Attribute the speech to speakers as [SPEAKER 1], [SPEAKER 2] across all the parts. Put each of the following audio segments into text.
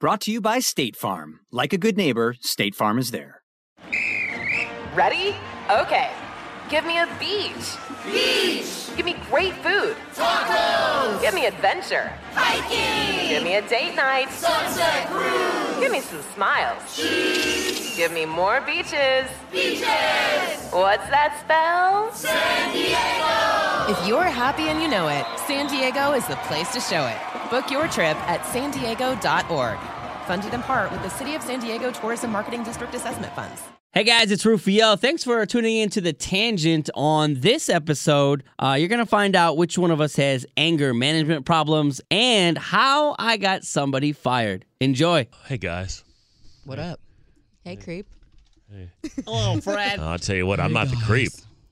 [SPEAKER 1] Brought to you by State Farm. Like a good neighbor, State Farm is there.
[SPEAKER 2] Ready? Okay. Give me a beach. Beach! Give me great food. Tacos! Give me adventure. Hiking! Give me a date night. Sunset cruise! Give me some smiles. Cheese! Give me more beaches. Beaches! What's that spell?
[SPEAKER 3] If you're happy and you know it, San Diego is the place to show it. Book your trip at san sandiego.org. Funded in part with the City of San Diego Tourism Marketing District Assessment Funds.
[SPEAKER 4] Hey guys, it's Rufio. Thanks for tuning in to the tangent on this episode. Uh, you're going to find out which one of us has anger management problems and how I got somebody fired. Enjoy.
[SPEAKER 5] Hey guys.
[SPEAKER 6] What up? Hey, creep.
[SPEAKER 4] Hello, Fred.
[SPEAKER 5] I'll tell you what, I'm not the creep.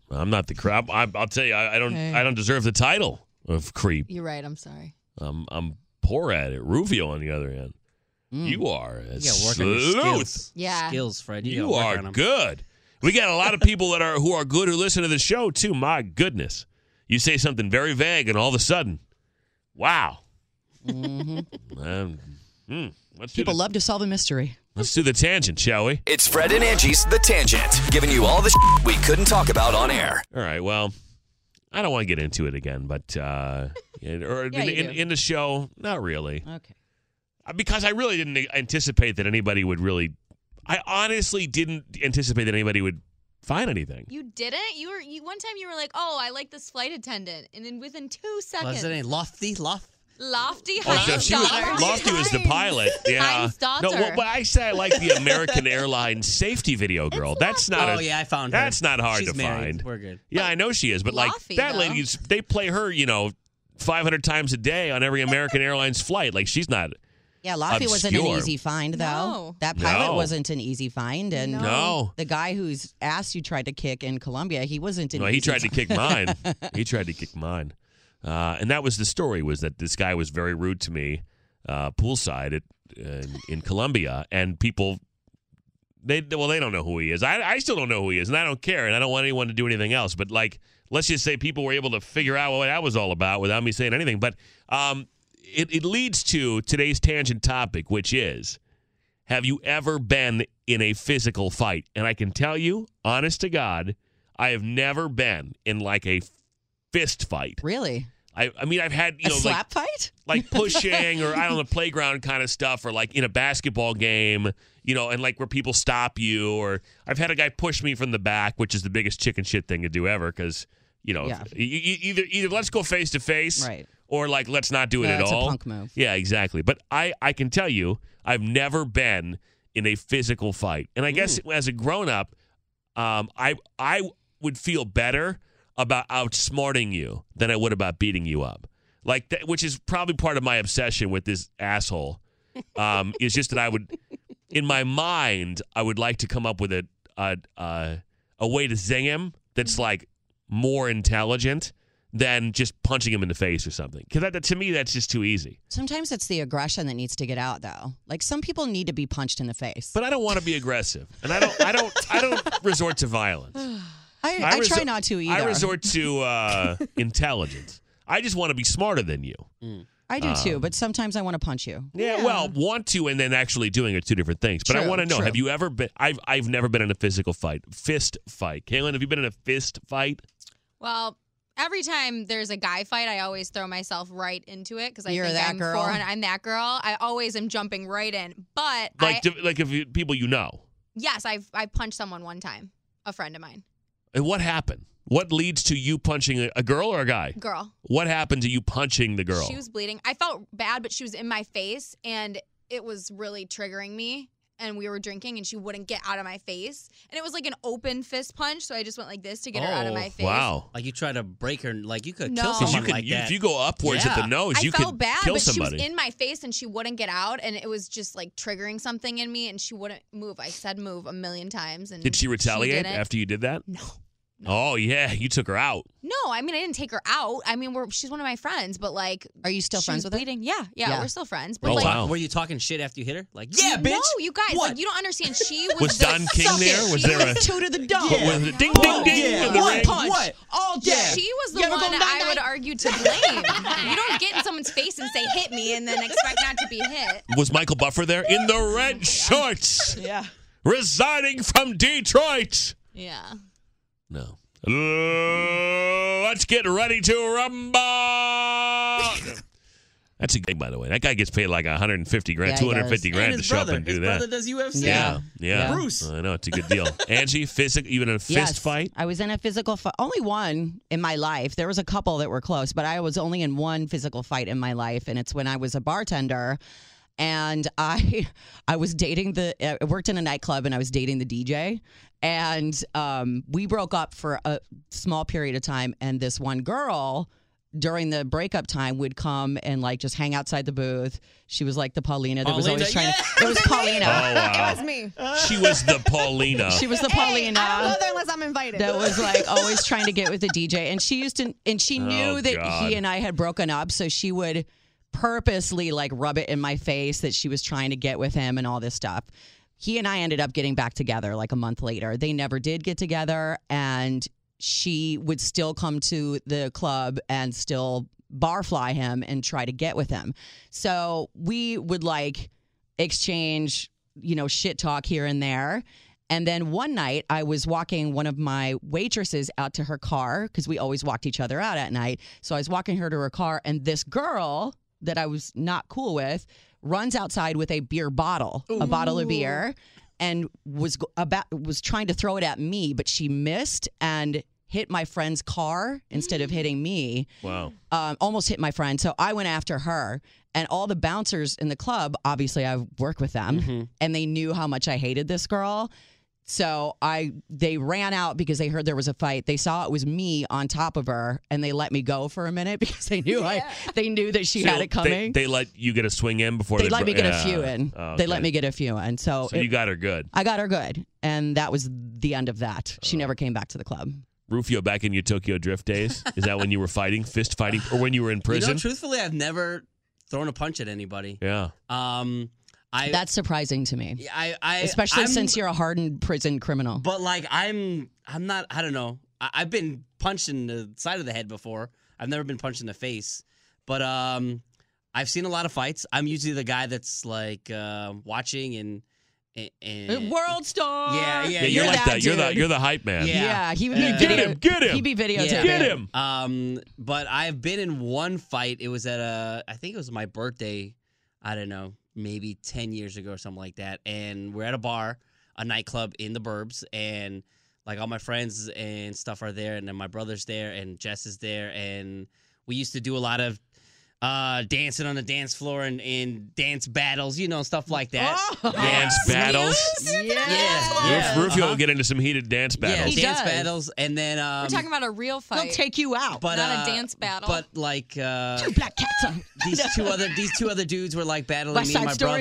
[SPEAKER 5] I'm not the creep. I, I'll tell you, I, I don't.
[SPEAKER 6] Hey.
[SPEAKER 5] I don't deserve the title of creep.
[SPEAKER 6] You're right. I'm sorry.
[SPEAKER 5] I'm. I'm poor at it. Rufio, on the other hand, you are a
[SPEAKER 4] Mm. You gotta work on your
[SPEAKER 5] sleuth.
[SPEAKER 4] skills.
[SPEAKER 6] Yeah.
[SPEAKER 4] Skills, Fred. You,
[SPEAKER 5] You,
[SPEAKER 4] gotta work
[SPEAKER 5] are
[SPEAKER 4] on 'em.
[SPEAKER 5] good. We got a lot of people that are who are good who listen to the show too. My goodness, you say something very vague, and all of a sudden, wow.
[SPEAKER 4] Mm-hmm.
[SPEAKER 5] Um, hmm. Let's do
[SPEAKER 6] People
[SPEAKER 5] the-
[SPEAKER 6] love to solve a mystery.
[SPEAKER 5] Let's do the tangent, shall we?
[SPEAKER 7] It's Fred and Angie's The Tangent, giving you all the sh- we couldn't talk about on air.
[SPEAKER 5] All right. Well, I don't want to get into it again, but uh, in- or
[SPEAKER 6] Yeah,
[SPEAKER 5] in,
[SPEAKER 6] you
[SPEAKER 5] in,
[SPEAKER 6] do.
[SPEAKER 5] in the show, not really, Uh,
[SPEAKER 6] Okay.
[SPEAKER 5] because I really didn't anticipate that anybody would really. I honestly didn't anticipate that anybody would find anything.
[SPEAKER 8] You didn't? You were you one time you were like, "Oh, I like this flight attendant," and then within two seconds,
[SPEAKER 4] What's her name? Lofty? Loft?
[SPEAKER 8] lofty
[SPEAKER 5] Oh,
[SPEAKER 8] Heinz
[SPEAKER 5] so she was
[SPEAKER 8] daughter.
[SPEAKER 5] Lofty was the pilot. Yeah.
[SPEAKER 8] Heinz daughter.
[SPEAKER 5] No, well, but I say I like the American Airlines safety video girl. That's not.
[SPEAKER 4] Oh,
[SPEAKER 5] a,
[SPEAKER 4] yeah, I found her.
[SPEAKER 5] That's not hard
[SPEAKER 4] She's
[SPEAKER 5] to
[SPEAKER 4] married.
[SPEAKER 5] find.
[SPEAKER 4] We're good.
[SPEAKER 5] Yeah, I know she is, but like
[SPEAKER 8] Lofty,
[SPEAKER 5] that
[SPEAKER 8] though.
[SPEAKER 5] lady's they play her, you know, 500 times a day on every American Airlines flight. Like she's not.
[SPEAKER 9] Yeah, Lafayette wasn't an
[SPEAKER 5] Obscure.
[SPEAKER 9] easy find, though.
[SPEAKER 8] No.
[SPEAKER 9] That pilot
[SPEAKER 5] No.
[SPEAKER 9] wasn't an easy find, and
[SPEAKER 5] No.
[SPEAKER 9] the guy whose ass you tried to kick in Colombia, he wasn't. An
[SPEAKER 5] No, he
[SPEAKER 9] easy
[SPEAKER 5] tried to
[SPEAKER 9] find.
[SPEAKER 5] kick mine. he tried to kick mine. Uh, and that was the story was that this guy was very rude to me uh, poolside at, in, in Colombia and people they well they don't know who he is. I, I still don't know who he is and I don't care and I don't want anyone to do anything else. But like let's just say people were able to figure out what that was all about without me saying anything. But um, it, it leads to today's tangent topic, which is have you ever been in a physical fight? And I can tell you, honest to God, I have never been in like a fist fight.
[SPEAKER 9] Really,
[SPEAKER 5] I, I mean, I've had, you
[SPEAKER 9] a
[SPEAKER 5] know, like,
[SPEAKER 9] slap fight?
[SPEAKER 5] like pushing or I don't know, playground kind of stuff or like in a basketball game, you know, and like where people stop you or I've had a guy push me from the back, which is the biggest chicken shit thing to do ever because, you know,
[SPEAKER 9] Yeah.
[SPEAKER 5] e- e- either either let's go face to face
[SPEAKER 9] Right.
[SPEAKER 5] or like let's not do it
[SPEAKER 9] No,
[SPEAKER 5] at
[SPEAKER 9] it's a
[SPEAKER 5] all.
[SPEAKER 9] punk move.
[SPEAKER 5] Yeah, exactly. But I I can tell you I've never been in a physical fight. And I
[SPEAKER 9] Mm.
[SPEAKER 5] guess as a grown up, um, I I would feel better about outsmarting you than I would about beating you up. Like that, which is probably part of my obsession with this asshole. Um, is just that I would, in my mind, I would like to come up with a a a, a way to zing him that's
[SPEAKER 9] Mm-hmm.
[SPEAKER 5] like more intelligent than just punching him in the face or something. Because that, that, to me, that's just too easy.
[SPEAKER 9] Sometimes it's the aggression that needs to get out, though. Like some people need to be punched in the face.
[SPEAKER 5] But I don't want to be aggressive, and I don't I don't I don't resort to violence.
[SPEAKER 9] I, I,
[SPEAKER 5] resor-
[SPEAKER 9] try not to either.
[SPEAKER 5] I resort to uh, intelligence. I just want to be smarter than you.
[SPEAKER 9] I do too, but sometimes I want to punch you.
[SPEAKER 5] Yeah, well, want to and then actually doing are two different things. But I
[SPEAKER 9] True,
[SPEAKER 5] want to know:
[SPEAKER 9] true.
[SPEAKER 5] Have you ever been? I've I've never been in a physical fight, fist fight. Kaylin, have you been in a fist fight?
[SPEAKER 8] Well, every time there's a guy fight, I always throw myself right into it because I
[SPEAKER 9] You're
[SPEAKER 8] think
[SPEAKER 9] that
[SPEAKER 8] I'm
[SPEAKER 9] girl.
[SPEAKER 8] 400. I'm that girl. I always am jumping right in. But I,
[SPEAKER 5] Like, di- like if you, people you know.
[SPEAKER 8] yes, I've I punched someone one time, a friend of mine,
[SPEAKER 5] And what happened? What leads to you punching a, a girl or a guy?
[SPEAKER 8] girl.
[SPEAKER 5] What happened to you punching the girl?
[SPEAKER 8] She was bleeding. I felt bad, but she was in my face and it was really triggering me. And we were drinking and she wouldn't get out of my face. And it was like an open fist punch. So I just went like this to get her out of my face.
[SPEAKER 5] Oh, Wow.
[SPEAKER 4] Like you try to break her, like you could
[SPEAKER 8] No.
[SPEAKER 4] kill
[SPEAKER 8] 'Cause you
[SPEAKER 4] someone
[SPEAKER 5] could-
[SPEAKER 4] like
[SPEAKER 5] you-
[SPEAKER 4] that.
[SPEAKER 5] if you go upwards at the nose,
[SPEAKER 8] I
[SPEAKER 5] Oh, you
[SPEAKER 8] felt
[SPEAKER 5] could
[SPEAKER 8] bad,
[SPEAKER 5] kill
[SPEAKER 8] but she
[SPEAKER 5] somebody.
[SPEAKER 8] was in my face and she wouldn't get out. And it was just like triggering something in me and she wouldn't move. I said move a million times. And
[SPEAKER 5] Did she retaliate
[SPEAKER 8] didn't.
[SPEAKER 5] after you did that?
[SPEAKER 8] No.
[SPEAKER 5] Oh yeah, you took her out.
[SPEAKER 8] No, I mean I didn't take her out. I mean, we're she's one of my friends, but like, are you
[SPEAKER 9] still friends with her?
[SPEAKER 8] bleeding? Yeah, yeah,
[SPEAKER 9] Yeah.
[SPEAKER 8] we're still friends. But
[SPEAKER 5] Oh,
[SPEAKER 4] Were you
[SPEAKER 8] like,
[SPEAKER 4] talk- Were you talking shit after you hit her? Like, yeah, bitch.
[SPEAKER 8] No, you guys,
[SPEAKER 4] What?
[SPEAKER 8] like you don't understand. She was,
[SPEAKER 5] Was
[SPEAKER 8] the-
[SPEAKER 5] Don King
[SPEAKER 8] Suck it.
[SPEAKER 5] there? Was
[SPEAKER 8] She
[SPEAKER 5] there a-
[SPEAKER 8] two to the dome?
[SPEAKER 5] Yeah. Was it ding, ding, ding
[SPEAKER 8] yeah.
[SPEAKER 5] in the
[SPEAKER 8] One
[SPEAKER 5] ring?
[SPEAKER 8] punch.
[SPEAKER 5] What?
[SPEAKER 8] All
[SPEAKER 5] day.
[SPEAKER 8] She was the
[SPEAKER 10] You ever
[SPEAKER 8] one
[SPEAKER 10] go
[SPEAKER 8] I would argue to blame. you don't get in someone's face and say hit me and then expect not to be hit.
[SPEAKER 5] Was Michael Buffer there in the red shorts? Yeah. Resigning from Detroit.
[SPEAKER 8] Yeah.
[SPEAKER 5] No. Uh, let's get ready to rumble. That's a game, by the way. That guy gets paid like 150 grand,
[SPEAKER 4] Yeah, he
[SPEAKER 5] 250
[SPEAKER 4] does.
[SPEAKER 5] grand
[SPEAKER 4] And
[SPEAKER 5] to
[SPEAKER 4] his
[SPEAKER 5] show up
[SPEAKER 4] brother.
[SPEAKER 5] and do
[SPEAKER 4] His
[SPEAKER 5] that.
[SPEAKER 4] brother does UFC.
[SPEAKER 9] Yeah.
[SPEAKER 5] Yeah, yeah.
[SPEAKER 9] Yeah.
[SPEAKER 4] Bruce.
[SPEAKER 5] I know it's a good deal. Angie, physical, even in a fist
[SPEAKER 9] Yes.
[SPEAKER 5] fight.
[SPEAKER 9] I was in a physical fight. Only one in my life. There was a couple that were close, but I was only in one physical fight in my life, and it's when I was a bartender. And I, I was dating the. uh, I worked in a nightclub, and I was dating the DJ. And um, we broke up for a small period of time. And this one girl, during the breakup time, would come and like just hang outside the booth. She was like the Paulina that was
[SPEAKER 5] Paulina,
[SPEAKER 9] always trying.
[SPEAKER 5] yeah.
[SPEAKER 9] It was Paulina.
[SPEAKER 5] Oh, wow. It was
[SPEAKER 11] me.
[SPEAKER 5] She was the Paulina.
[SPEAKER 9] She was the Paulina.
[SPEAKER 11] I don't go there unless I'm invited.
[SPEAKER 9] that was like always trying to get with the DJ. And she used to, and she knew
[SPEAKER 5] Oh,
[SPEAKER 9] that
[SPEAKER 5] God.
[SPEAKER 9] he and I had broken up, so she would purposely like rub it in my face that she was trying to get with him and all this stuff. He and I ended up getting back together like a month later. They never did get together, and she would still come to the club and still barfly him and try to get with him. So we would like exchange, you know, shit talk here and there. And then one night I was walking one of my waitresses out to her car because we always walked each other out at night. So I was walking her to her car, and this girl that I was not cool with runs outside with a beer bottle, a bottle of beer, and was go- about was trying to throw it at me, but she missed and hit my friend's car instead of hitting me
[SPEAKER 5] Wow.
[SPEAKER 9] um, almost hit my friend. So I went after her, and all the bouncers in the club, obviously I work with them,
[SPEAKER 5] Mm-hmm.
[SPEAKER 9] and they knew how much I hated this girl. So I they ran out because they heard there was a fight. They saw it was me on top of her, and they let me go for a minute because they knew I they knew that she
[SPEAKER 5] So
[SPEAKER 9] had it coming.
[SPEAKER 5] They, they let you get a swing in before
[SPEAKER 9] They
[SPEAKER 5] they,
[SPEAKER 9] let
[SPEAKER 5] br-
[SPEAKER 9] me get
[SPEAKER 5] yeah.
[SPEAKER 9] a few in.
[SPEAKER 5] Oh,
[SPEAKER 9] They let
[SPEAKER 5] okay.
[SPEAKER 9] me get a few in. So,
[SPEAKER 5] So
[SPEAKER 9] it-
[SPEAKER 5] you got her good.
[SPEAKER 9] I got her good, and that was the end of that.
[SPEAKER 5] Oh.
[SPEAKER 9] She never came back to the club.
[SPEAKER 5] Rufio, back in your Tokyo Drift days, is that when you were fighting, fist fighting, or when you were in prison?
[SPEAKER 4] You know, truthfully, I've never thrown a punch at anybody.
[SPEAKER 5] yeah.
[SPEAKER 4] Um, I
[SPEAKER 9] That's surprising to me,
[SPEAKER 4] I, I
[SPEAKER 9] especially
[SPEAKER 4] I'm-
[SPEAKER 9] since you're a hardened prison criminal.
[SPEAKER 4] But like, I'm, I'm not. I don't know. I, I've been punched in the side of the head before. I've never been punched in the face. But um, I've seen a lot of fights. I'm usually the guy that's like uh, watching and and. and
[SPEAKER 9] World star.
[SPEAKER 4] Yeah, yeah,
[SPEAKER 5] Yeah, you're, like that. You're the
[SPEAKER 4] dude.
[SPEAKER 5] you're the hype man.
[SPEAKER 4] Yeah.
[SPEAKER 9] Yeah, he would be
[SPEAKER 4] Yeah.
[SPEAKER 9] video-
[SPEAKER 4] Get him,
[SPEAKER 5] get him.
[SPEAKER 9] He'd be videotaping.
[SPEAKER 4] Yeah.
[SPEAKER 9] it.
[SPEAKER 4] Um, but I've been in one fight. It was at a, I think it was my birthday. I don't know, maybe ten years ago or something like that. And we're at a bar, a nightclub in the Burbs, and like all my friends and stuff are there, and then my brother's there, and Jess is there, and we used to do a lot of uh dancing on the dance floor and, and dance battles, you know, stuff like that.
[SPEAKER 8] Oh,
[SPEAKER 5] Dance battles.
[SPEAKER 4] Yeah, yeah.
[SPEAKER 5] Ruf- Rufio
[SPEAKER 4] Uh-huh.
[SPEAKER 5] will get into some heated dance
[SPEAKER 4] Yeah,
[SPEAKER 5] battles.
[SPEAKER 4] dance battles, and then um,
[SPEAKER 8] We're talking about a real fight.
[SPEAKER 9] take you out,
[SPEAKER 4] but
[SPEAKER 8] not
[SPEAKER 4] uh,
[SPEAKER 8] a dance battle.
[SPEAKER 4] But like uh,
[SPEAKER 9] two black cats. On.
[SPEAKER 4] these two other these two other dudes were like battling
[SPEAKER 9] West
[SPEAKER 4] me and
[SPEAKER 9] Side
[SPEAKER 4] my
[SPEAKER 9] Story?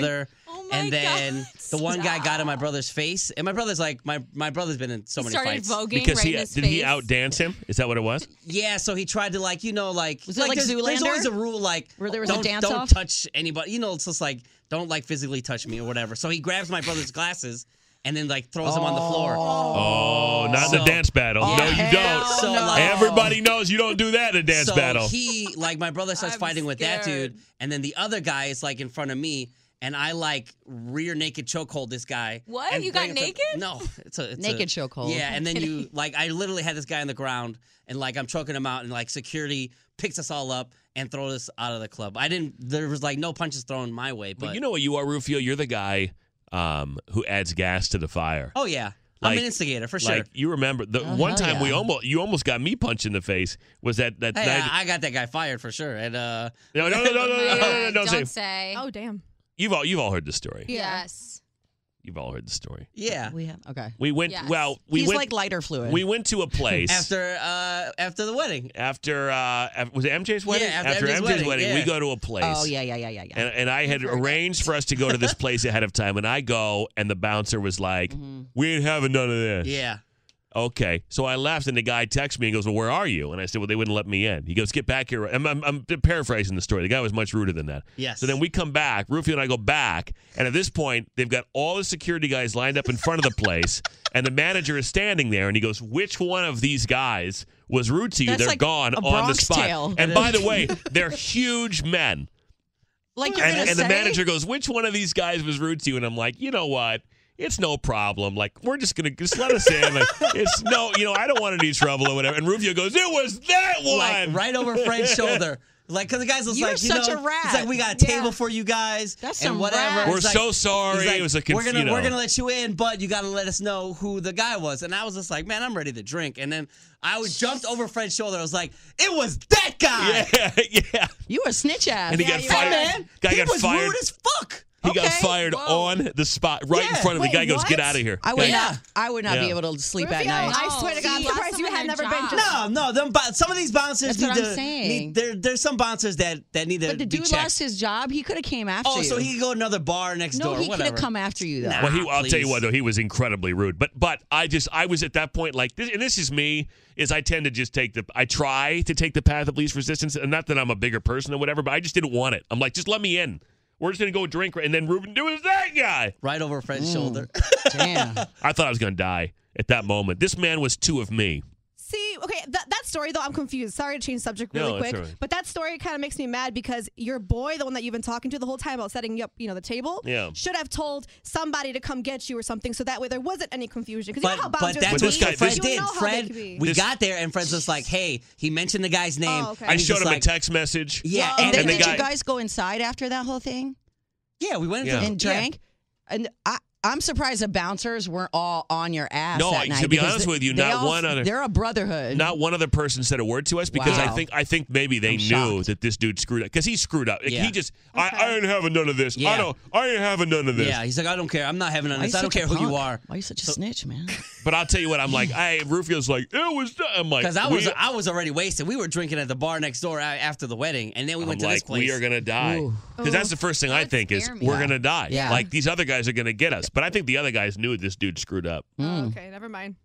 [SPEAKER 9] Oh
[SPEAKER 4] brother. and then the one guy got in my brother's face, and my brother's like my my brother's been in so
[SPEAKER 8] He
[SPEAKER 4] many
[SPEAKER 8] started
[SPEAKER 4] fights.
[SPEAKER 8] voguing
[SPEAKER 5] Because
[SPEAKER 8] right
[SPEAKER 5] he
[SPEAKER 8] in his
[SPEAKER 5] did he
[SPEAKER 8] face.
[SPEAKER 5] out dance him? Is that what it was?
[SPEAKER 4] Yeah, so he tried to like you know like
[SPEAKER 9] Was it like
[SPEAKER 4] there's, there's
[SPEAKER 9] Zoolander?
[SPEAKER 4] always a rule like
[SPEAKER 9] Where there was a
[SPEAKER 4] don't don't
[SPEAKER 9] dance-off?
[SPEAKER 4] touch anybody. You know, it's just like don't like physically touch me or whatever. So he grabs my brother's glasses and then like throws him on the floor.
[SPEAKER 5] Oh, not in the
[SPEAKER 4] So-
[SPEAKER 5] dance battle. no,
[SPEAKER 4] Yeah.
[SPEAKER 5] you don't.
[SPEAKER 4] So, like-
[SPEAKER 5] Everybody knows you don't do that in a dance
[SPEAKER 4] so
[SPEAKER 5] battle.
[SPEAKER 4] He like my brother starts fighting with that dude, and then the other guy is like in front of me, and I like rear naked chokehold this guy.
[SPEAKER 8] What?
[SPEAKER 4] and
[SPEAKER 8] You got
[SPEAKER 4] bring him to-
[SPEAKER 8] naked?
[SPEAKER 4] no, it's a it's
[SPEAKER 9] Naked
[SPEAKER 4] a-
[SPEAKER 9] chokehold.
[SPEAKER 4] Yeah,
[SPEAKER 9] I'm
[SPEAKER 4] and then you
[SPEAKER 9] kidding.
[SPEAKER 4] like I literally had this guy on the ground and like I'm choking him out and like security picks us all up and throws us out of the club. I didn't. There was like no punches thrown my way, but,
[SPEAKER 5] But you know what you are, Rufio? You're the guy um, who adds gas to the fire.
[SPEAKER 4] Oh yeah, I'm an instigator for sure.
[SPEAKER 5] Like you remember the
[SPEAKER 4] Oh,
[SPEAKER 5] one
[SPEAKER 4] hell
[SPEAKER 5] time we
[SPEAKER 4] yeah.
[SPEAKER 5] almost you almost got me punched in the face was that that
[SPEAKER 4] Hey,
[SPEAKER 5] night.
[SPEAKER 4] I, I got that guy fired for sure. And uh,
[SPEAKER 5] no, no,
[SPEAKER 8] Oh
[SPEAKER 5] no, no, no, no, no, no, no, don't say.
[SPEAKER 8] say.
[SPEAKER 6] Oh damn.
[SPEAKER 5] You've all you've all heard the story.
[SPEAKER 8] Yes.
[SPEAKER 5] You've all heard the story.
[SPEAKER 4] Yeah,
[SPEAKER 9] we have. Okay.
[SPEAKER 5] We went
[SPEAKER 9] Yes.
[SPEAKER 5] well. We
[SPEAKER 9] He's
[SPEAKER 5] went,
[SPEAKER 9] like lighter fluid.
[SPEAKER 5] We went to a place
[SPEAKER 4] after uh, after the wedding.
[SPEAKER 5] after uh, af- was it MJ's wedding?
[SPEAKER 4] Yeah, after MJ's
[SPEAKER 5] MJ's
[SPEAKER 4] wedding, yeah.
[SPEAKER 5] we go to a place.
[SPEAKER 9] Oh yeah, yeah, yeah, yeah, yeah.
[SPEAKER 5] And, and I had arranged for us to go to this place ahead of time, and I go, and the bouncer was like,
[SPEAKER 9] Mm-hmm.
[SPEAKER 5] "We ain't having none of this."
[SPEAKER 4] Yeah.
[SPEAKER 5] Okay, so I left, and the guy texts me and goes, "Well, where are you?" And I said, "Well, they wouldn't let me in." He goes, "Get back here!" I'm, I'm, I'm paraphrasing the story. The guy was much ruder than that.
[SPEAKER 4] Yes.
[SPEAKER 5] So then we come back. Rufio and I go back, and at this point, they've got all the security guys lined up in front of the place, and the manager is standing there, and he goes, "Which one of these guys was rude to you?
[SPEAKER 9] That's
[SPEAKER 5] They're
[SPEAKER 9] like
[SPEAKER 5] gone
[SPEAKER 9] a
[SPEAKER 5] on the
[SPEAKER 9] Bronx
[SPEAKER 5] spot."
[SPEAKER 9] tale.
[SPEAKER 5] And
[SPEAKER 9] It
[SPEAKER 5] by the
[SPEAKER 9] is.
[SPEAKER 5] way, they're huge men
[SPEAKER 9] Like you're
[SPEAKER 5] and,
[SPEAKER 9] gonna
[SPEAKER 5] and
[SPEAKER 9] say?
[SPEAKER 5] the manager goes, "Which one of these guys was rude to you?" And I'm like, "You know what? It's no problem. Like we're just gonna just let us in. Like it's no, you know, I don't want any trouble or whatever." And Rufio goes, "It was that one
[SPEAKER 4] Like, right over Frank's shoulder. Like, because the guy's was
[SPEAKER 9] You're
[SPEAKER 4] like,
[SPEAKER 9] such
[SPEAKER 4] you know,
[SPEAKER 9] a rat.
[SPEAKER 4] It's like we got a table for you guys.
[SPEAKER 9] That's
[SPEAKER 4] and
[SPEAKER 9] some
[SPEAKER 4] whatever.
[SPEAKER 9] rat.
[SPEAKER 5] We're
[SPEAKER 4] It's like-
[SPEAKER 5] so sorry.
[SPEAKER 4] he's
[SPEAKER 5] It was a conf-
[SPEAKER 4] we're gonna
[SPEAKER 5] you know."
[SPEAKER 4] we're gonna let you in, but you gotta let us know who the guy was. And I was just like, man, I'm ready to drink. And then I was jumped over Fred's shoulder. I was like, it was that guy.
[SPEAKER 5] Yeah, yeah.
[SPEAKER 9] You a snitch ass.
[SPEAKER 5] And he got
[SPEAKER 4] you're
[SPEAKER 5] fired.
[SPEAKER 4] right, man.
[SPEAKER 5] Guy
[SPEAKER 4] He
[SPEAKER 5] got
[SPEAKER 4] was
[SPEAKER 5] fired.
[SPEAKER 4] rude as fuck.
[SPEAKER 5] He
[SPEAKER 9] Oh,
[SPEAKER 5] got
[SPEAKER 4] Okay?
[SPEAKER 5] fired
[SPEAKER 4] Whoa.
[SPEAKER 5] on the spot, right in
[SPEAKER 4] Yeah.
[SPEAKER 5] front of
[SPEAKER 4] Wait,
[SPEAKER 5] the guy. Goes,
[SPEAKER 4] what?
[SPEAKER 5] get out of here.
[SPEAKER 9] I would
[SPEAKER 5] Guy-
[SPEAKER 9] not. I would not
[SPEAKER 5] Yeah.
[SPEAKER 9] be able to sleep at
[SPEAKER 6] Rufio,
[SPEAKER 9] night.
[SPEAKER 6] I swear to God,
[SPEAKER 8] See,
[SPEAKER 6] last
[SPEAKER 8] surprised
[SPEAKER 6] time
[SPEAKER 8] you
[SPEAKER 6] I
[SPEAKER 8] had
[SPEAKER 6] had
[SPEAKER 8] never
[SPEAKER 6] a
[SPEAKER 8] been to-
[SPEAKER 6] job.
[SPEAKER 4] No, no, them bo- some of these bouncers
[SPEAKER 9] That's
[SPEAKER 4] need
[SPEAKER 9] what I'm
[SPEAKER 4] to.
[SPEAKER 9] saying.
[SPEAKER 4] Need, there, there's some bouncers that that need to
[SPEAKER 9] But the
[SPEAKER 4] be
[SPEAKER 9] dude
[SPEAKER 4] checked.
[SPEAKER 9] lost his job. He could have came after
[SPEAKER 4] oh,
[SPEAKER 9] you.
[SPEAKER 4] so he could go to another bar next
[SPEAKER 9] no,
[SPEAKER 4] door.
[SPEAKER 9] he could
[SPEAKER 4] whatever.
[SPEAKER 9] have come after you though.
[SPEAKER 4] Nah.
[SPEAKER 5] Well, he, I'll tell you
[SPEAKER 4] please.
[SPEAKER 5] what, though, he was incredibly rude. But but I just I was at that point like this, and this is me is I tend to just take the I try to take the path of least resistance, and not that I'm a bigger person or whatever, but I just didn't want it. I'm like, just let me in. We're just gonna go drink, and then Ruben do is that guy.
[SPEAKER 4] right over Fred's
[SPEAKER 5] Mm.
[SPEAKER 4] shoulder.
[SPEAKER 9] Damn.
[SPEAKER 5] I thought I was gonna die at that moment. This man was two of me.
[SPEAKER 6] See, okay, that that story though, I'm confused. Sorry to change subject
[SPEAKER 5] No,
[SPEAKER 6] really
[SPEAKER 5] that's
[SPEAKER 6] quick,
[SPEAKER 5] all right.
[SPEAKER 6] but that story kind of makes me mad because your boy, the one that you've been talking to the whole time about setting up, you know, the table,
[SPEAKER 5] Yeah.
[SPEAKER 6] should have told somebody to come get you or something, so that way there wasn't any confusion. Because you
[SPEAKER 4] But,
[SPEAKER 6] know how
[SPEAKER 4] but
[SPEAKER 6] bouncers
[SPEAKER 4] that's
[SPEAKER 6] can
[SPEAKER 4] what
[SPEAKER 5] this
[SPEAKER 6] be.
[SPEAKER 5] guy-
[SPEAKER 4] Fred
[SPEAKER 5] this-
[SPEAKER 6] you
[SPEAKER 4] did.
[SPEAKER 6] know how they
[SPEAKER 4] Fred,
[SPEAKER 6] can be. Oh,
[SPEAKER 4] we
[SPEAKER 5] This-
[SPEAKER 4] got there and Fred's just like, hey, he mentioned the guy's name.
[SPEAKER 6] okay. Oh,
[SPEAKER 4] and
[SPEAKER 5] I
[SPEAKER 4] he's
[SPEAKER 5] showed
[SPEAKER 4] just
[SPEAKER 5] him a
[SPEAKER 4] like,
[SPEAKER 5] text message.
[SPEAKER 4] Yeah,
[SPEAKER 9] And,
[SPEAKER 4] and,
[SPEAKER 9] then
[SPEAKER 5] the
[SPEAKER 9] did
[SPEAKER 5] guy-
[SPEAKER 9] you guys go inside after that whole thing
[SPEAKER 4] yeah, we went
[SPEAKER 5] Yeah.
[SPEAKER 4] into
[SPEAKER 9] and drank? And I, I'm surprised the bouncers weren't all on your ass.
[SPEAKER 5] No,
[SPEAKER 9] that
[SPEAKER 5] I- to
[SPEAKER 9] night
[SPEAKER 5] be
[SPEAKER 9] because
[SPEAKER 5] honest
[SPEAKER 9] they-
[SPEAKER 5] with you,
[SPEAKER 9] they
[SPEAKER 5] not
[SPEAKER 9] all-
[SPEAKER 5] one other-
[SPEAKER 9] They're a brotherhood.
[SPEAKER 5] Not one other person said a word to us because I
[SPEAKER 9] Wow.
[SPEAKER 5] think I think maybe they
[SPEAKER 9] I'm
[SPEAKER 5] knew
[SPEAKER 9] shocked.
[SPEAKER 5] that this dude screwed up because he screwed up. Like,
[SPEAKER 4] Yeah.
[SPEAKER 5] He just I, I ain't having none of this. I
[SPEAKER 4] Yeah.
[SPEAKER 5] don't I ain't having none of
[SPEAKER 4] Yeah.
[SPEAKER 5] this.
[SPEAKER 4] yeah, he's like, I don't care. I'm not having on
[SPEAKER 9] Why you
[SPEAKER 4] this. I don't
[SPEAKER 9] such a
[SPEAKER 4] care who you
[SPEAKER 9] punk?
[SPEAKER 4] are.
[SPEAKER 9] Why you such a snitch, man?
[SPEAKER 5] But I'll tell you what, I'm like, I Rufio's like, it was. the-" I'm like,
[SPEAKER 4] Because I was
[SPEAKER 5] we-
[SPEAKER 4] I was already wasted. We were drinking at the bar next door a- after the wedding, and then we
[SPEAKER 5] I'm
[SPEAKER 4] went to this
[SPEAKER 5] like,
[SPEAKER 4] place.
[SPEAKER 5] we are gonna die.
[SPEAKER 9] Ooh.
[SPEAKER 5] Because that's the first thing I
[SPEAKER 8] That would
[SPEAKER 5] think is
[SPEAKER 8] scare me.
[SPEAKER 5] we're gonna die.
[SPEAKER 9] Yeah.
[SPEAKER 5] Like these other guys are gonna get us. But I think the other guys knew this dude screwed up.
[SPEAKER 6] Oh, okay, never mind.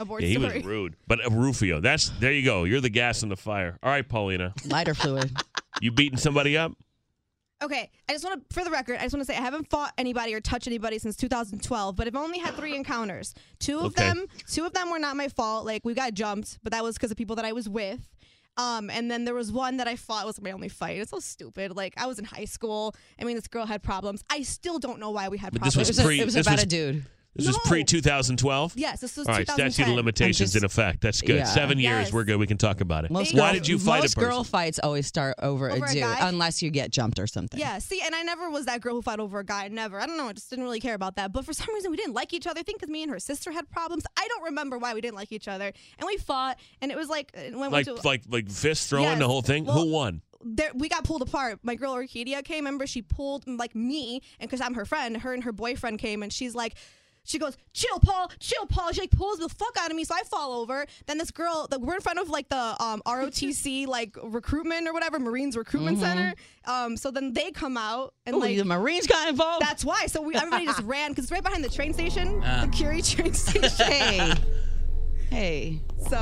[SPEAKER 6] Abort
[SPEAKER 5] Mm. Yeah, he
[SPEAKER 6] story.
[SPEAKER 5] was rude. But uh, Rufio, that's there you go. You're the gas in the fire. All right, Paulina,
[SPEAKER 9] Lighter fluid.
[SPEAKER 5] you beating somebody up?
[SPEAKER 6] Okay, I just want to, for the record, I just want to say I haven't fought anybody or touched anybody since 2012, but I've only had three encounters. Two of
[SPEAKER 5] Okay.
[SPEAKER 6] them, two of them were not my fault. Like we got jumped, but that was because of people that I was with. Um, and then there was one that I fought it was my only fight. It's so stupid. Like I was in high school. I mean, this girl had problems. I still don't know why we had
[SPEAKER 5] But this
[SPEAKER 6] problems.
[SPEAKER 9] It
[SPEAKER 5] was
[SPEAKER 9] was, a,
[SPEAKER 5] pre-
[SPEAKER 9] it was
[SPEAKER 5] this
[SPEAKER 9] about
[SPEAKER 5] was-
[SPEAKER 9] a dude.
[SPEAKER 5] This was
[SPEAKER 6] No.
[SPEAKER 5] pre 2012.
[SPEAKER 6] yes, this was
[SPEAKER 5] All right, statute of
[SPEAKER 6] 2010.
[SPEAKER 5] limitations
[SPEAKER 9] I'm just-
[SPEAKER 5] in effect. That's good.
[SPEAKER 9] Yeah.
[SPEAKER 5] Seven years,
[SPEAKER 6] Yes.
[SPEAKER 5] we're good. We can talk about it.
[SPEAKER 9] Most
[SPEAKER 5] Why
[SPEAKER 9] girl-
[SPEAKER 5] did you fight
[SPEAKER 9] most
[SPEAKER 5] a person?
[SPEAKER 9] girl fights always start over,
[SPEAKER 6] Over a
[SPEAKER 9] a dude,
[SPEAKER 6] guy?
[SPEAKER 9] unless you get jumped or something.
[SPEAKER 6] Yeah, see, and I never was that girl who fought over a guy. Never. I don't know. I just didn't really care about that. But for some reason, we didn't like each other. I think because me and her sister had problems. I don't remember why we didn't like each other. And we fought, and it was like uh, when
[SPEAKER 5] like,
[SPEAKER 6] we went to,
[SPEAKER 5] like, like fist throwing
[SPEAKER 6] Yes.
[SPEAKER 5] the whole thing.
[SPEAKER 6] Well,
[SPEAKER 5] Who won?
[SPEAKER 6] there, we got pulled apart. My girl Orchidia came. Remember, she pulled like me, and because I'm her friend, her and her boyfriend came, and she's like. She goes, chill, Paul, chill, Paul. She like pulls the fuck out of me, so I fall over. Then this girl, the, we're in front of like the um, ROTC like recruitment or whatever, Marines recruitment
[SPEAKER 5] Mm-hmm.
[SPEAKER 6] center. Um, so then they come out and
[SPEAKER 9] Ooh,
[SPEAKER 6] like
[SPEAKER 9] the Marines got involved.
[SPEAKER 6] That's why. So we, everybody just ran because it's right behind the train station,
[SPEAKER 5] Ah.
[SPEAKER 6] the Curie train station.
[SPEAKER 9] hey, hey.
[SPEAKER 6] so,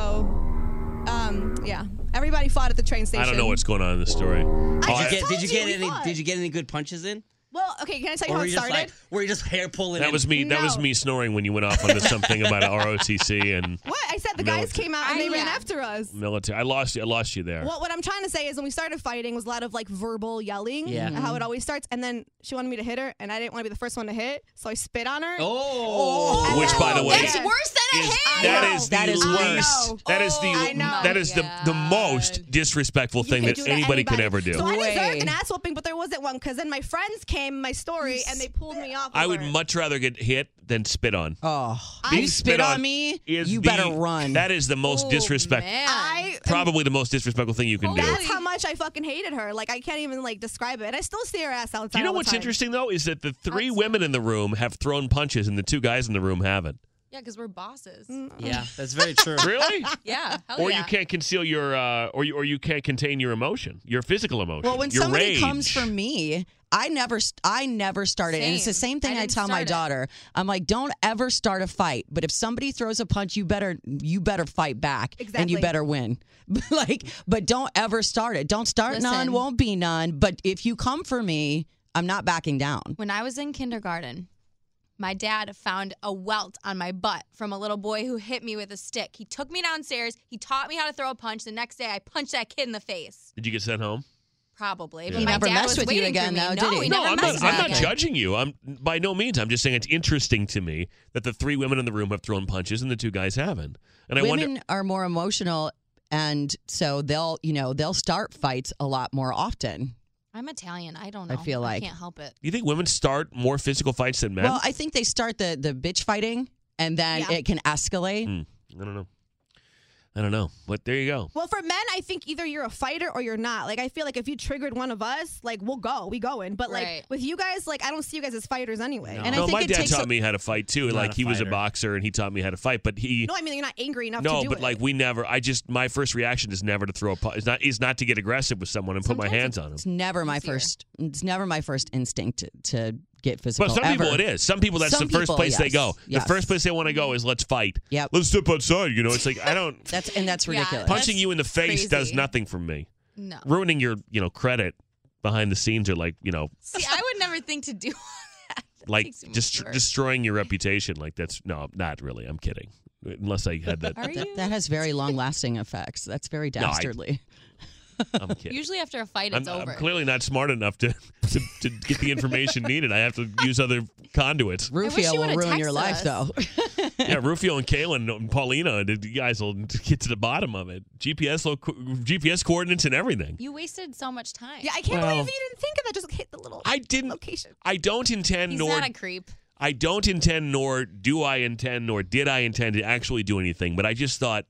[SPEAKER 6] um, yeah, everybody fought at the train station.
[SPEAKER 5] I don't know what's going on in this story. Oh,
[SPEAKER 4] Did
[SPEAKER 5] I-
[SPEAKER 4] you get, did
[SPEAKER 6] told you
[SPEAKER 4] you get
[SPEAKER 6] we
[SPEAKER 4] any?
[SPEAKER 6] fought.
[SPEAKER 4] Did you get any good punches in?
[SPEAKER 6] Well, okay, can I tell you
[SPEAKER 5] Or
[SPEAKER 6] how
[SPEAKER 5] you
[SPEAKER 6] it
[SPEAKER 5] just,
[SPEAKER 6] started?
[SPEAKER 5] like,
[SPEAKER 4] Were you just hair pulling?
[SPEAKER 5] That was me. That was me snoring when you went off on this something about ROTC and
[SPEAKER 6] what? I said the
[SPEAKER 5] No,
[SPEAKER 6] guys
[SPEAKER 5] it's-
[SPEAKER 6] came out and
[SPEAKER 8] I-
[SPEAKER 6] they ran
[SPEAKER 8] yeah.
[SPEAKER 6] after us.
[SPEAKER 5] military. I lost you. I lost you there.
[SPEAKER 6] Well, what I'm trying to say is when we started fighting was a lot of like verbal yelling,
[SPEAKER 5] Yeah.
[SPEAKER 6] how it always starts. And then she wanted me to hit her, and I didn't want to be the first one to hit, so I spit on her.
[SPEAKER 5] Oh. Which, by the way, That's worse
[SPEAKER 6] than a hit.
[SPEAKER 5] That is the least. That is the
[SPEAKER 8] Oh,
[SPEAKER 6] I know.
[SPEAKER 5] that is the the most disrespectful thing
[SPEAKER 6] could
[SPEAKER 5] that
[SPEAKER 6] do
[SPEAKER 5] anybody,
[SPEAKER 6] to
[SPEAKER 5] could
[SPEAKER 6] anybody.
[SPEAKER 5] ever do.
[SPEAKER 6] So I deserved an ass whooping, but there wasn't one because then my friends came, my story, and they pulled me off.
[SPEAKER 5] I would much rather get hit than spit on.
[SPEAKER 9] Oh,
[SPEAKER 5] Being
[SPEAKER 9] you spit on me, you better run.
[SPEAKER 5] That is the
[SPEAKER 6] Oh,
[SPEAKER 8] Oh,
[SPEAKER 5] most disrespectful,
[SPEAKER 6] I
[SPEAKER 5] probably the most disrespectful thing you
[SPEAKER 9] Oh,
[SPEAKER 5] can do.
[SPEAKER 6] Oh, That's how much I fucking hated her. Like I can't even like describe it. And I still see her ass outside.
[SPEAKER 5] Do you know
[SPEAKER 6] all the
[SPEAKER 5] what's
[SPEAKER 6] time.
[SPEAKER 5] interesting though is that the three women in the room have thrown punches and the two guys in the room haven't.
[SPEAKER 8] Yeah, because we're bosses.
[SPEAKER 6] Mm.
[SPEAKER 4] Yeah, that's very true.
[SPEAKER 5] really?
[SPEAKER 8] Yeah. Hell
[SPEAKER 9] Oh,
[SPEAKER 5] or
[SPEAKER 8] yeah.
[SPEAKER 5] you can't conceal your, uh, or you, or you can't contain your emotion, your physical emotion.
[SPEAKER 9] Well, when
[SPEAKER 5] your
[SPEAKER 9] somebody
[SPEAKER 5] rage.
[SPEAKER 9] comes for me, I never, st- I never started, and it's the same thing I, tell my daughter. I'm like, don't ever start a fight, but if somebody throws a punch, you better, you better fight back, and
[SPEAKER 10] Exactly.
[SPEAKER 9] you better win. like, but don't ever start it. Don't start none,
[SPEAKER 8] Listen.
[SPEAKER 9] won't be none. But if you come for me, I'm not backing down.
[SPEAKER 8] When I was in kindergarten, my dad found a welt on my butt from a little boy who hit me with a stick. He took me downstairs. He taught me how to throw a punch. The next day, I punched that kid in the face.
[SPEAKER 5] Did you get sent home?
[SPEAKER 8] Probably.
[SPEAKER 5] Yeah.
[SPEAKER 8] But
[SPEAKER 5] He
[SPEAKER 8] my
[SPEAKER 9] never
[SPEAKER 8] dad
[SPEAKER 9] messed
[SPEAKER 8] was
[SPEAKER 9] with you
[SPEAKER 8] waiting for
[SPEAKER 9] again,
[SPEAKER 8] me.
[SPEAKER 9] though,
[SPEAKER 8] no,
[SPEAKER 9] did he?
[SPEAKER 8] he
[SPEAKER 9] No,
[SPEAKER 8] never
[SPEAKER 5] I'm
[SPEAKER 8] messed
[SPEAKER 5] not,
[SPEAKER 8] with
[SPEAKER 5] I'm
[SPEAKER 8] me
[SPEAKER 5] not
[SPEAKER 8] again.
[SPEAKER 5] judging you. I'm by no means. I'm just saying it's interesting to me that the three women in the room have thrown punches and the two guys haven't. And I
[SPEAKER 9] Women
[SPEAKER 5] wonder.
[SPEAKER 9] are more emotional, and so they'll, you know, they'll start fights a lot more often.
[SPEAKER 8] I'm Italian. I don't know.
[SPEAKER 9] I feel like-
[SPEAKER 8] I can't help it.
[SPEAKER 5] Do you think women start more physical fights than men?
[SPEAKER 9] Well, I think they start the the bitch fighting, and then it can escalate.
[SPEAKER 5] Hmm. I don't know. I don't know. But there you go.
[SPEAKER 6] Well, for men, I think either you're a fighter or you're not. Like I feel like if you triggered one of us, like we'll go, we going. But
[SPEAKER 8] Right.
[SPEAKER 6] like with you guys, like I don't see you guys as fighters anyway. And I
[SPEAKER 5] no,
[SPEAKER 6] think
[SPEAKER 5] my
[SPEAKER 6] it
[SPEAKER 5] dad
[SPEAKER 6] takes
[SPEAKER 5] taught
[SPEAKER 6] a-
[SPEAKER 5] me how to fight too.
[SPEAKER 4] Not
[SPEAKER 5] Like
[SPEAKER 4] a
[SPEAKER 5] he was a
[SPEAKER 4] fighter.
[SPEAKER 5] boxer and he taught me how to fight, but he
[SPEAKER 6] No, I mean you're not angry enough
[SPEAKER 5] no,
[SPEAKER 6] to do
[SPEAKER 5] but
[SPEAKER 6] it.
[SPEAKER 5] like we never. I just my first reaction is never to throw a pu- is not is not to get aggressive with someone and put my hands on them.
[SPEAKER 9] It's never my first. It's never my first instinct to, to get physical.
[SPEAKER 5] But some
[SPEAKER 9] ever.
[SPEAKER 5] people it is. Some people that's
[SPEAKER 9] Some
[SPEAKER 5] the first
[SPEAKER 9] people,
[SPEAKER 5] place they
[SPEAKER 9] yes,
[SPEAKER 5] go.
[SPEAKER 9] yes.
[SPEAKER 5] The first place they want to go is let's fight.
[SPEAKER 9] Yeah.
[SPEAKER 5] Let's step outside. You know, it's like I don't.
[SPEAKER 9] That's and that's ridiculous.
[SPEAKER 5] punching you in the face does
[SPEAKER 8] crazy.
[SPEAKER 5] nothing for me.
[SPEAKER 8] No.
[SPEAKER 5] Ruining your you know credit behind the scenes or like you know
[SPEAKER 8] See, I would never think to do
[SPEAKER 5] like just destroying your reputation. Like that's no, not really. I'm kidding. Unless I had that.
[SPEAKER 9] That, that has very long lasting effects. That's very
[SPEAKER 5] No, I-
[SPEAKER 9] dastardly.
[SPEAKER 5] I'm kidding.
[SPEAKER 8] Usually after a fight,
[SPEAKER 5] I'm,
[SPEAKER 8] it's
[SPEAKER 5] I'm
[SPEAKER 8] over.
[SPEAKER 5] clearly not smart enough to, to, to get the information needed. I have to use other conduits.
[SPEAKER 9] Rufio will ruin your life, though.
[SPEAKER 5] yeah, Rufio and Kalen and Paulina, the guys will get to the bottom of it. GPS lo- GPS coordinates and everything.
[SPEAKER 8] you wasted so much time.
[SPEAKER 6] Yeah, I can't
[SPEAKER 5] Well-
[SPEAKER 6] believe you didn't think of that. Just hit the little.
[SPEAKER 5] I didn't.
[SPEAKER 6] Location.
[SPEAKER 5] I don't intend
[SPEAKER 8] He's
[SPEAKER 5] nor
[SPEAKER 8] not a creep.
[SPEAKER 5] I don't intend nor do I intend nor did I intend to actually do anything. But I just thought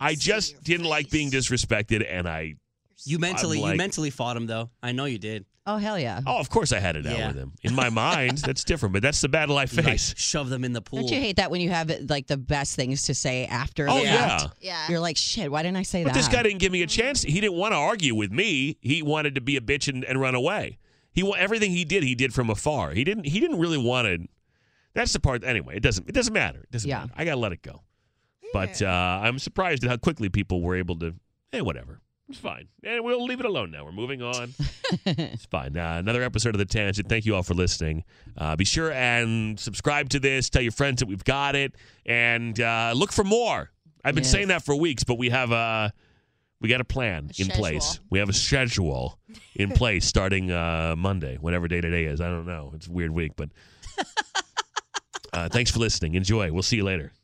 [SPEAKER 5] I just didn't like being disrespected, and I
[SPEAKER 4] You mentally,
[SPEAKER 5] like-
[SPEAKER 4] you mentally fought him though. I know you did.
[SPEAKER 9] Oh hell yeah!
[SPEAKER 5] oh, of course I had it out
[SPEAKER 4] Yeah.
[SPEAKER 5] with him in my mind. that's different, but that's the battle I
[SPEAKER 4] Like,
[SPEAKER 5] face.
[SPEAKER 4] shove them in the pool.
[SPEAKER 9] Don't you hate that when you have like the best things to say after?
[SPEAKER 5] Oh,
[SPEAKER 9] the
[SPEAKER 5] yeah.
[SPEAKER 9] fact?
[SPEAKER 8] Yeah.
[SPEAKER 9] You're like shit. Why didn't I say
[SPEAKER 5] But
[SPEAKER 9] that?
[SPEAKER 5] this guy didn't give me a chance. He didn't want to argue with me. He wanted to be a bitch and, and run away. He wa- everything he did, he did from afar. He didn't. He didn't really want to. That's the part. Anyway, it doesn't. It doesn't matter. It doesn't matter. I gotta let it go. But uh, I'm surprised at how quickly people were able to. Eh, whatever. It's fine. And we'll leave it alone now. We're moving on. it's fine. Uh, another episode of The Tangent. Thank you all for listening. Uh, be sure and subscribe to this. Tell your friends that we've got it. And uh, look for more. I've been
[SPEAKER 4] Yes.
[SPEAKER 5] saying that for weeks, but we have uh, a. We got a plan
[SPEAKER 4] A
[SPEAKER 5] in place.
[SPEAKER 4] schedule.
[SPEAKER 5] We have a schedule in place starting uh, Monday, whatever day today is. I don't know. It's a weird week, but uh, thanks for listening. Enjoy. We'll see you later.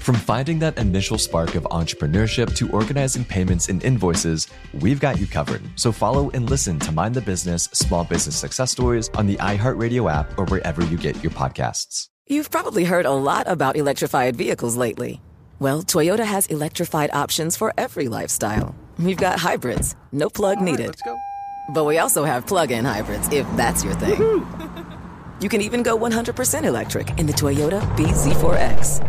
[SPEAKER 12] From finding that initial spark of entrepreneurship to organizing payments and invoices, we've got you covered. So follow and listen to Mind the Business Small Business Success Stories on the iHeartRadio app or wherever you get your podcasts.
[SPEAKER 13] You've probably heard a lot about electrified vehicles lately. Well, Toyota has electrified options for every lifestyle. We've got hybrids, no plug needed. let's go. But we also have plug-in hybrids, if that's your thing. you can even go 100% electric in the Toyota BZ4X.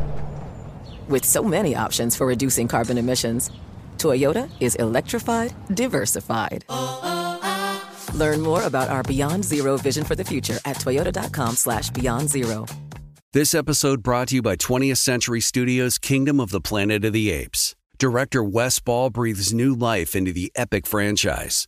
[SPEAKER 13] With so many options for reducing carbon emissions, Toyota is electrified, diversified.
[SPEAKER 6] Learn more about our Beyond Zero vision for the future at toyota.com slash beyond zero.
[SPEAKER 8] This episode brought to you by 20th Century Studios' Kingdom of the Planet of the Apes. Director Wes Ball breathes new life into the epic franchise.